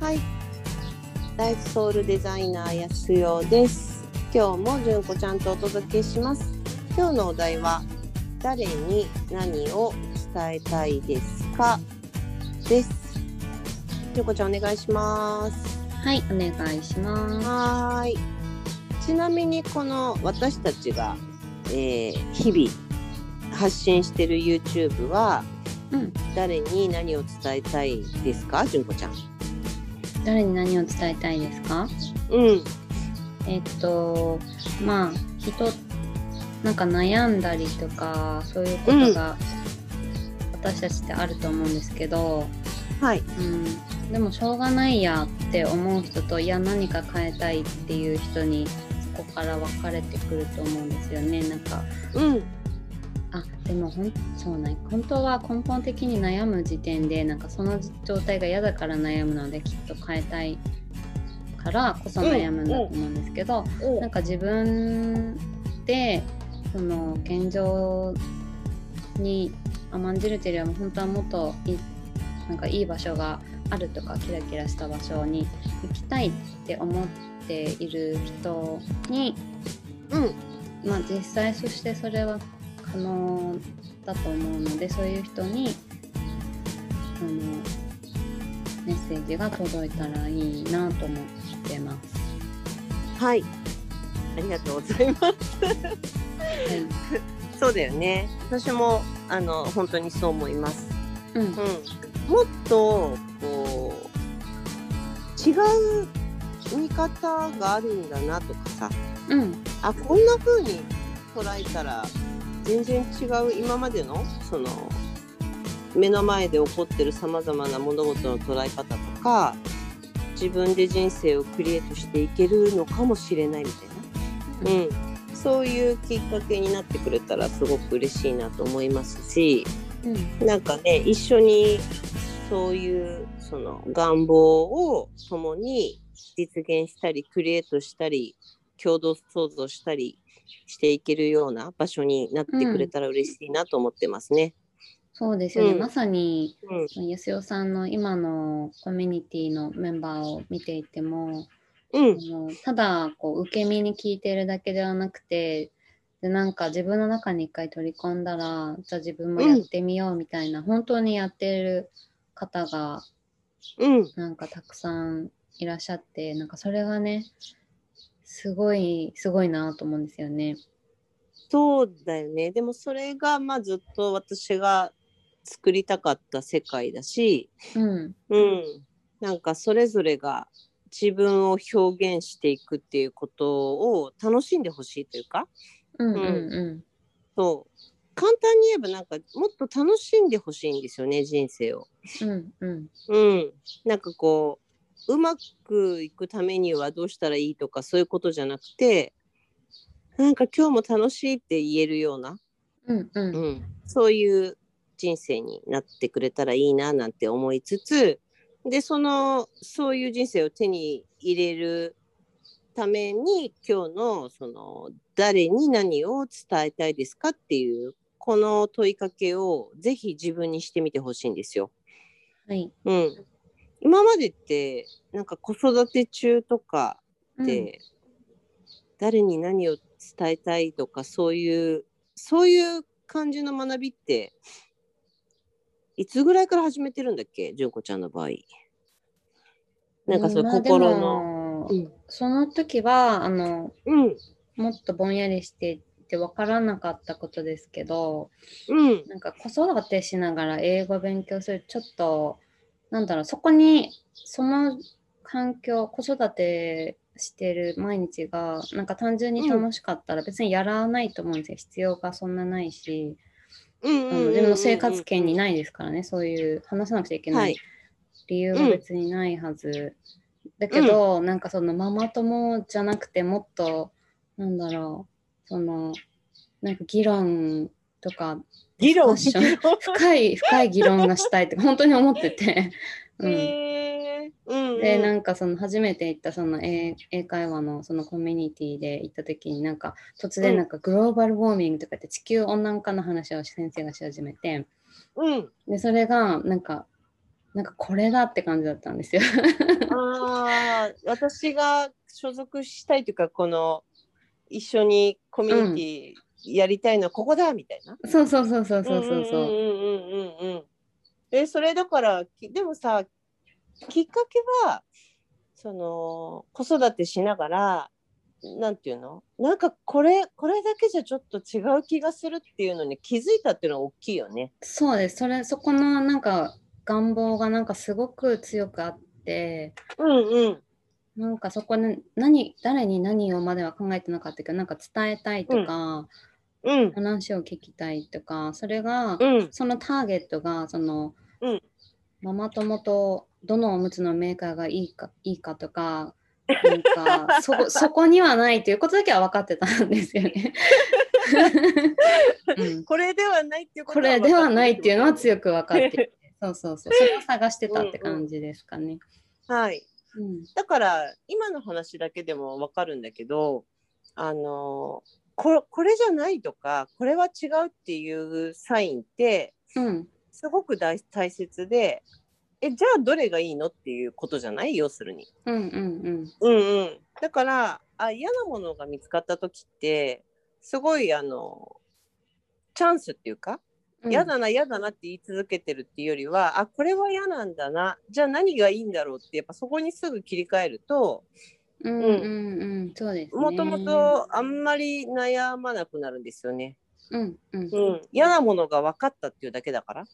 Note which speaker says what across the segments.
Speaker 1: はい。ライフソウルデザイナー安代です。今日も純子ちゃんとお届けします。今日のお題は誰に何を伝えたいですかです。純子ちゃんお願いします。
Speaker 2: はい、お願いしま
Speaker 1: はーい。ちなみにこの私たちが、えー日々発信してる YouTube は
Speaker 2: す。うん、
Speaker 1: 誰に何を伝えたいですか純子ちゃん。
Speaker 2: 誰に何を伝えたいですか？
Speaker 1: うん。
Speaker 2: えっと、まあ人なんか悩んだりとかそういうことが私たちってあると思うんですけど、
Speaker 1: はい。
Speaker 2: うん、でもしょうがないやって思う人といや何か変えたいっていう人にそこから分かれてくると思うんですよね。なんか
Speaker 1: うん。
Speaker 2: あでもほんそうね本当は根本的に悩む時点でなんかその状態が嫌だから悩むのできっと変えたいからこそ悩むんだと思うんですけど、
Speaker 1: うん
Speaker 2: なんか自分でその現状に甘んじるというよりは本当はもっといいなんかいい場所があるとかキラキラした場所に行きたいって思っている人に
Speaker 1: うん、
Speaker 2: まあ、実際そしてそれは可能だと思うのでそういう人にあのメッセージが届いたらいいなと思ってます。
Speaker 1: はい。ありがとうございます。
Speaker 2: はい
Speaker 1: そうだよね。私もあの本当にそう思います。
Speaker 2: うん
Speaker 1: うん。もっとこう違う見方があるんだなとかさ、
Speaker 2: うん
Speaker 1: あこんな風に捉えたら全然違う今までのその目の前で起こってるさまざまな物事の捉え方とか自分で人生をクリエイトしていけるのかもしれないみたいな、うん、そういうきっかけになってくれたらすごく嬉しいなと思いますし
Speaker 2: うん
Speaker 1: なんかね一緒にそういうその願望を共に実現したりクリエイトしたり共同創造したりしていけるような場所になってくれたら嬉しいなと思ってますね。
Speaker 2: そうですよね、
Speaker 1: うん
Speaker 2: まさに
Speaker 1: うん、
Speaker 2: 安代さんの今のコミュニティのメンバーを見ていても、
Speaker 1: う
Speaker 2: あ
Speaker 1: ん、
Speaker 2: のただこう受け身に聞いてるだけではなくてでなんか自分の中に一回取り込んだらじゃあ自分もやってみようみたいな、本当にやってる方が
Speaker 1: うん、
Speaker 2: なんかたくさんいらっしゃってなんかそれがねすごいすごいなと思うんですよね。
Speaker 1: そうだよね。でもそれがまあずっと私が作りたかった世界だし、
Speaker 2: うん、
Speaker 1: うん、なんかそれぞれが自分を表現していくっていうことを楽しんでほしいというか、
Speaker 2: うん、うん、
Speaker 1: そう簡単に言えばなんかもっと楽しんでほしいんですよね人生を。
Speaker 2: うん、うん、うん、
Speaker 1: うん、なんかこううまくいくためにはどうしたらいいとかそういうことじゃなくてなんか今日も楽しいって言えるような、
Speaker 2: うん、うん、
Speaker 1: う
Speaker 2: うん
Speaker 1: ん、そういう人生になってくれたらいいななんて思いつつでそのそういう人生を手に入れるために今日のその誰に何を伝えたいですかっていうこの問いかけをぜひ自分にしてみてほしいんですよ。
Speaker 2: はい。
Speaker 1: うん、今までってなんか子育て中とか
Speaker 2: う
Speaker 1: っ
Speaker 2: ん
Speaker 1: て、誰に何を伝えたいとかそういうそういう感じの学びっていつぐらいから始めてるんだっけ純子ちゃんの場合。なんかそう
Speaker 2: まあでも
Speaker 1: 心の。うん、
Speaker 2: その時はあの
Speaker 1: うん、
Speaker 2: もっとぼんやりしてって分からなかったことですけど
Speaker 1: うん、
Speaker 2: なんか子育てしながら英語勉強するちょっとなんだろうそこにその環境子育てしてる毎日がなんか単純に楽しかったら別にやらないと思うんですよ、必要がそんなないし、
Speaker 1: うん、
Speaker 2: あ
Speaker 1: う
Speaker 2: の
Speaker 1: ん、うん
Speaker 2: 自分の生活圏にないですからねそういう話さなくちゃいけ
Speaker 1: は
Speaker 2: ないい、理由が別にないはず、だけど、なんかそのママ友じゃなくてもっとなんだろうそのなんか議論とか
Speaker 1: 議論
Speaker 2: ファッション深い深い議論がしたい って本当に思ってて、うん、
Speaker 1: へーうん、うん、
Speaker 2: でなんんかその初めて行ったその英英会話のそのコミュニティで行った時になんか突
Speaker 1: う
Speaker 2: 然
Speaker 1: ん
Speaker 2: なんかグローバルウォーミングとかって地球温暖化の話を先生がし始めて
Speaker 1: うん、
Speaker 2: でそれがなんかなんかこれだって感じだったんですよ。
Speaker 1: ああ、私が所属したいというか、この一緒にコミュニティやりたいのはここだみたいな。
Speaker 2: そうそうそうそうそうそうそうう。
Speaker 1: んうんうんうんうんうん。え、それだから、きでもさ、きっかけは、その子育てしながら、なんていうのなんかこれ、これだけじゃちょっと違う気がするっていうのに気づいたっていうのは大きいよね。
Speaker 2: そうです。それそこのなんか願望がなんかすごく強くあって、
Speaker 1: うんうん。
Speaker 2: なんかそこで何誰に何をまでは考えてなかったけど、なんか伝えたいとか、
Speaker 1: うん
Speaker 2: 話を聞きたいとか、それが、
Speaker 1: うん
Speaker 2: そのターゲットがその、
Speaker 1: うん
Speaker 2: ママ友とどのおむつのメーカーがいいかいいか とか。なんかそこそこにはないということだけは分かってたんですよ ね。うん、
Speaker 1: これではないっていうこ
Speaker 2: ことれではないっていうのは
Speaker 1: い。
Speaker 2: 強く分かっててそうそうそうそれを探してたって感じですかね。
Speaker 1: はい。
Speaker 2: うん
Speaker 1: だから今の話だけでもわかるんだけどあのここれじゃないとかこれは違うっていうサインって
Speaker 2: うん
Speaker 1: すごく大大切でえじゃあどれがいいのっていうことじゃない要するに。
Speaker 2: うんうん
Speaker 1: うんうん、だからあ嫌なものが見つかった時ってすごいあのチャンスっていうか
Speaker 2: うん
Speaker 1: 嫌だな嫌だなって言い続けてるっていうよりはあこれは嫌なんだなじゃあ何がいいんだろうってやっぱそこにすぐ切り替えると
Speaker 2: うんうんうんそうですね。
Speaker 1: もともとあんまり悩まなくなるんですよね。
Speaker 2: うんうん
Speaker 1: うん、嫌なものが分かったっていうだけだから。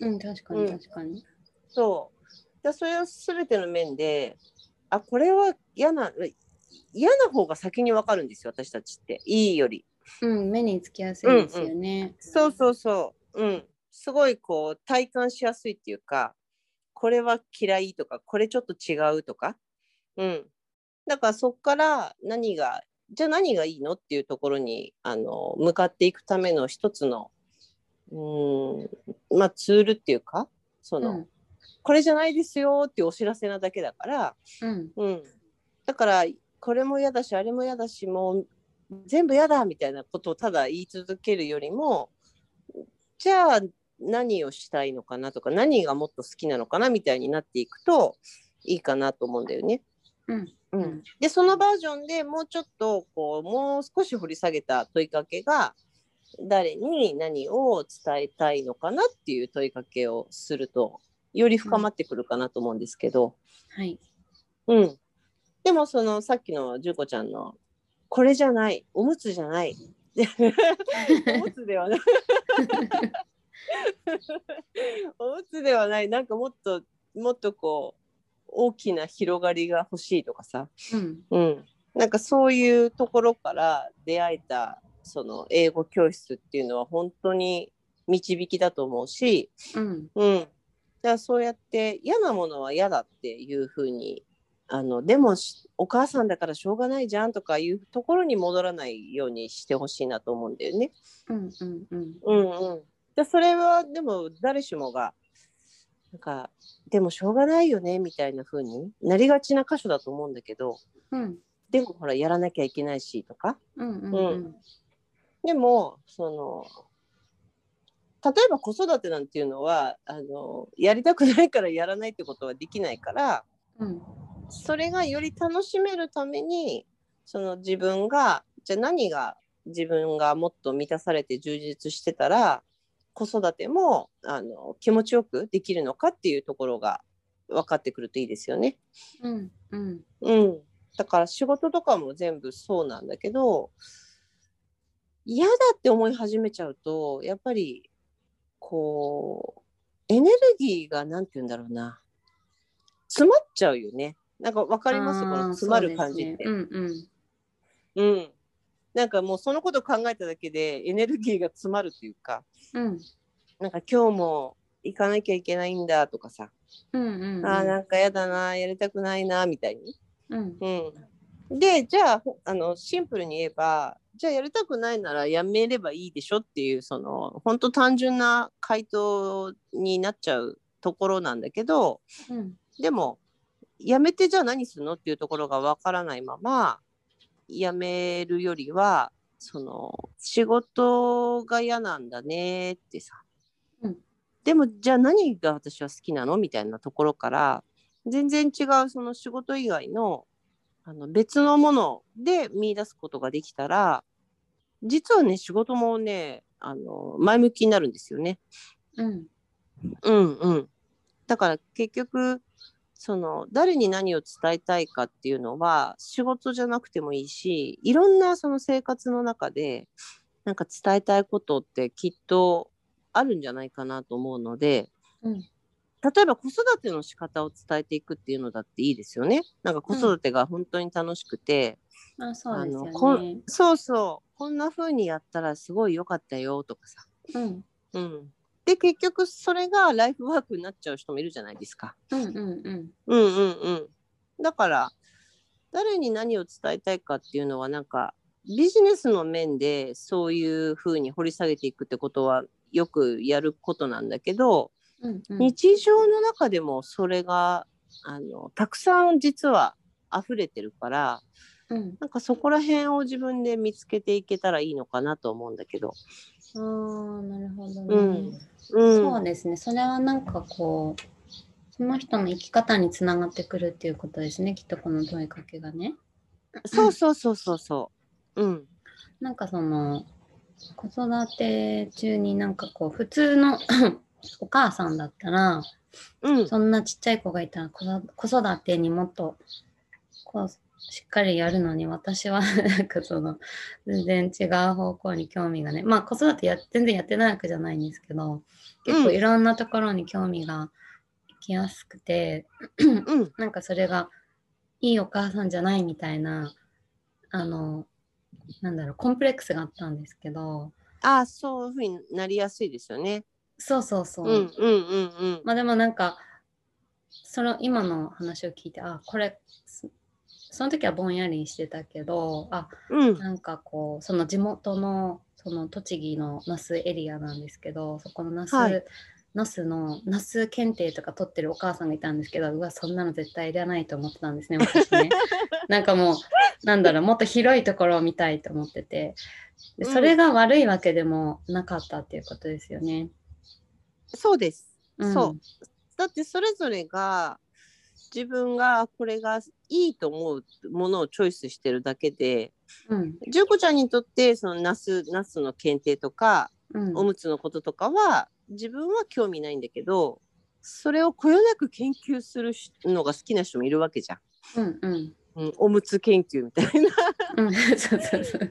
Speaker 2: うん確かに確かに。
Speaker 1: そう。だそれは全ての面で、あ、これは嫌な、嫌な方が先に分かるんですよ、私たちって。いいより。
Speaker 2: うん目につきやすいですよね。
Speaker 1: そうそうそう。うん。すごいこう、体感しやすいっていうか、これは嫌いとか、これちょっと違うとか。うん。だからそこから何が、じゃあ何がいいのっていうところにあの向かっていくための一つの、うん、まあツールっていうか、その、
Speaker 2: うん
Speaker 1: これじゃないですよっていうお知らせなだけだから、
Speaker 2: うん
Speaker 1: うん、だからこれも嫌だしあれも嫌だしもう全部嫌だみたいなことをただ言い続けるよりもじゃあ何をしたいのかなとか何がもっと好きなのかなみたいになっていくといいかなと思うんだよね。
Speaker 2: うん
Speaker 1: うん、でそのバージョンでもうちょっとこうもう少し掘り下げた問いかけが誰に何を伝えたいのかなっていう問いかけをするとより深まってくるかなと思うんですけど。
Speaker 2: はい。
Speaker 1: うん。でもそのさっきの純子ちゃんのこれじゃないおむつじゃないおむつではない おむつではないなんかもっともっとこう大きな広がりが欲しいとかさ、
Speaker 2: うん
Speaker 1: うん、なんかそういうところから出会えたその英語教室っていうのは本当に導きだと思うし、
Speaker 2: うん
Speaker 1: うん、だからそうやって嫌なものは嫌だっていうふうにあのでもしお母さんだからしょうがないじゃんとかいうところに戻らないようにしてほしいなと思うんだよね。
Speaker 2: うんうんうん
Speaker 1: うんうん、でそれはでも誰しもがなんかでもしょうがないよねみたいな風になりがちな箇所だと思うんだけど
Speaker 2: うん
Speaker 1: でもほらやらなきゃいけないしとか
Speaker 2: うんうんうん
Speaker 1: でもその例えば子育てなんていうのはあのやりたくないからやらないってことはできないから
Speaker 2: うん
Speaker 1: それがより楽しめるためにその自分がじゃあ何が自分がもっと満たされて充実してたら子育てもあの気持ちよくできるのかっていうところが分かってくるといいですよね。
Speaker 2: うんうん
Speaker 1: うん、だから仕事とかも全部そうなんだけど嫌だって思い始めちゃうとやっぱりこうエネルギーが何て言うんだろうな詰まっちゃうよねなんか分かりますこの
Speaker 2: あー
Speaker 1: 詰まる感じって
Speaker 2: そうですねうんうん
Speaker 1: うん、なんかもうそのこと考えただけでエネルギーが詰まるというか
Speaker 2: うん
Speaker 1: なんか今日も行かなきゃいけないんだとかさ、
Speaker 2: うんうんうん
Speaker 1: あーなんか嫌だなやりたくないなみたいに
Speaker 2: うん
Speaker 1: うん、でじゃあほあのシンプルに言えばじゃあやりたくないならやめればいいでしょっていうその本当単純な回答になっちゃうところなんだけど
Speaker 2: うん
Speaker 1: でもやめてじゃあ何するのっていうところがわからないままやめるよりはその仕事が嫌なんだねってさ、
Speaker 2: うん
Speaker 1: でもじゃあ何が私は好きなのみたいなところから全然違うその仕事以外のあの別のもので見出すことができたら実はね仕事もねあの前向きになるんですよね。
Speaker 2: うん
Speaker 1: うんうん、だから結局その誰に何を伝えたいかっていうのは仕事じゃなくてもいいしいろんなその生活の中でなんか伝えたいことってきっとあるんじゃないかなと思うので
Speaker 2: うん
Speaker 1: 例えば子育ての仕方を伝えていくっていうのだっていいですよね。なんか子育てが本当に楽しくて、
Speaker 2: まあそうです
Speaker 1: あの
Speaker 2: よ
Speaker 1: こ
Speaker 2: ね。
Speaker 1: そうそうこんな風にやったらすごい良かったよとかさ、
Speaker 2: うん
Speaker 1: うん、で結局それがライフワークになっちゃう人もいるじゃないですか。
Speaker 2: うんうんうん
Speaker 1: うんうんうん、だから誰に何を伝えたいかっていうのはなんかビジネスの面でそういう風に掘り下げていくってことはよくやることなんだけど、
Speaker 2: うんうん
Speaker 1: 日常の中でもそれがあのたくさん実は溢れてるから
Speaker 2: うん
Speaker 1: なんかそこら辺を自分で見つけていけたらいいのかなと思うんだけど。
Speaker 2: あーなるほどね、
Speaker 1: うんうん、
Speaker 2: そうですねそれはなんかこうその人の生き方につながってくるっていうことですねきっとこの問いかけがね。
Speaker 1: そうそうそうそうそう。うん。
Speaker 2: なんかその子育て中になんかこう普通の お母さんだったら
Speaker 1: うん。
Speaker 2: そんなちっちゃい子がいたら子育子育てにもっとこうしっかりやるのに私は なんかその全然違う方向に興味がねまあ子育てや全然やってないわけじゃないんですけど結構いろんなところに興味が行きやすくて、
Speaker 1: うん。
Speaker 2: なんかそれがいいお母さんじゃないみたいなあのなんだろうコンプレックスがあったんですけど
Speaker 1: ああ、そういうふうになりやすいですよね。
Speaker 2: そうそうそうう、
Speaker 1: んうんうんうん。
Speaker 2: まあでもなんかその今の話を聞いてあこれそその時はぼんやりしてたけどあ
Speaker 1: うん。
Speaker 2: なんかこうその地元のその栃木の那須エリアなんですけどそこの那須、
Speaker 1: はい
Speaker 2: 那須の那須検定とか取ってるお母さんがいたんですけどうわそんなの絶対いらないと思ってた んですね私ねなんかもうなんだろうもっと広いところを見たいと思っててで
Speaker 1: うん
Speaker 2: それが悪いわけでもなかったっていうことですよね、
Speaker 1: そうです。
Speaker 2: うん、
Speaker 1: そうだってそれぞれが自分がこれがいいと思うものをチョイスしてるだけで、
Speaker 2: うん
Speaker 1: 純子ちゃんにとってそのナスナスの検定とか
Speaker 2: うん
Speaker 1: おむつのこととかは自分は興味ないんだけどそれをこよなく研究するしのが好きな人もいるわけじゃん、
Speaker 2: うんうん
Speaker 1: うん、おむつ研究みたいな
Speaker 2: うん、 そうそうそう
Speaker 1: そう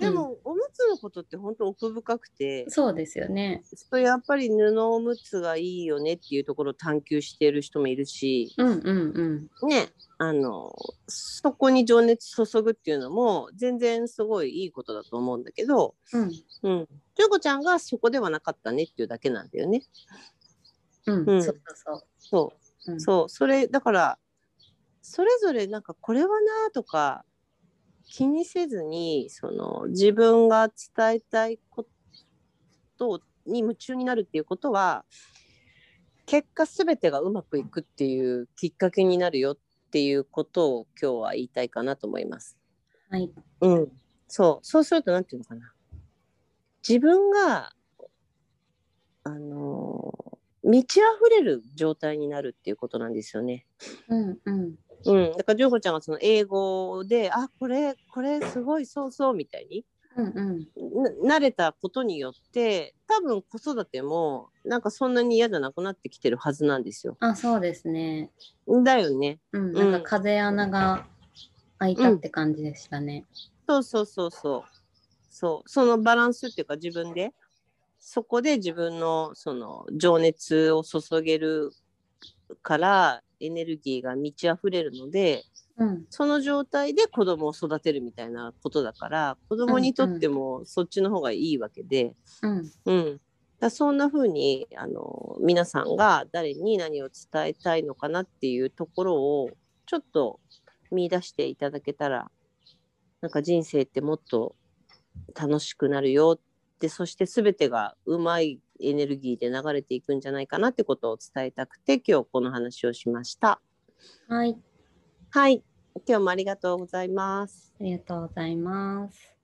Speaker 1: でも、おむつのことって本当奥深くて
Speaker 2: そうですよね。
Speaker 1: そうやっぱり布おむつがいいよねっていうところを探求してる人もいるし
Speaker 2: うんうん
Speaker 1: ねあのそこに情熱注ぐっていうのも全然すごいいいことだと思うんだけど、
Speaker 2: うんうん
Speaker 1: うん、ジョコちゃんがそこではなかったねっていうだけなんだよね。
Speaker 2: うん、
Speaker 1: うん
Speaker 2: そうそ
Speaker 1: そ
Speaker 2: う
Speaker 1: う
Speaker 2: そう。うん、
Speaker 1: そうそれだからそれぞれなんかこれはなとか気にせずにその自分が伝えたいことに夢中になるっていうことは結果全てがうまくいくっていうきっかけになるよっていうことを今日は言いたいかなと思います。
Speaker 2: はい。
Speaker 1: うん、そうそうするとなんていうのかな自分があのー満ち溢れる状態になるっていうことなんですよね。
Speaker 2: うんうん
Speaker 1: うん、だからジョーコちゃんがその英語で「あこれこれすごいそうそう」みたいに
Speaker 2: うんうん
Speaker 1: な慣れたことによって多分子育てもなんかそんなに嫌じゃなくなってきてるはずなんですよ。
Speaker 2: あそうですね。
Speaker 1: だよね。
Speaker 2: うん、
Speaker 1: うん
Speaker 2: なんか風穴が開いたって感じでしたね。
Speaker 1: そうそうそうそう。そうそのバランスっていうか自分でそこで自分のその情熱を注げるからエネルギーが満ち溢れるので
Speaker 2: うん
Speaker 1: その状態で子供を育てるみたいなことだから子供にとってもそっちの方がいいわけで、
Speaker 2: うん
Speaker 1: うんだからそんな風にあの皆さんが誰に何を伝えたいのかなっていうところをちょっと見出していただけたらなんか人生ってもっと楽しくなるよってそして全てがうまいエネルギーで流れていくんじゃないかなってことを伝えたくて今日この話をしました。
Speaker 2: はい
Speaker 1: はい今日もありがとうございます。
Speaker 2: ありがとうございます。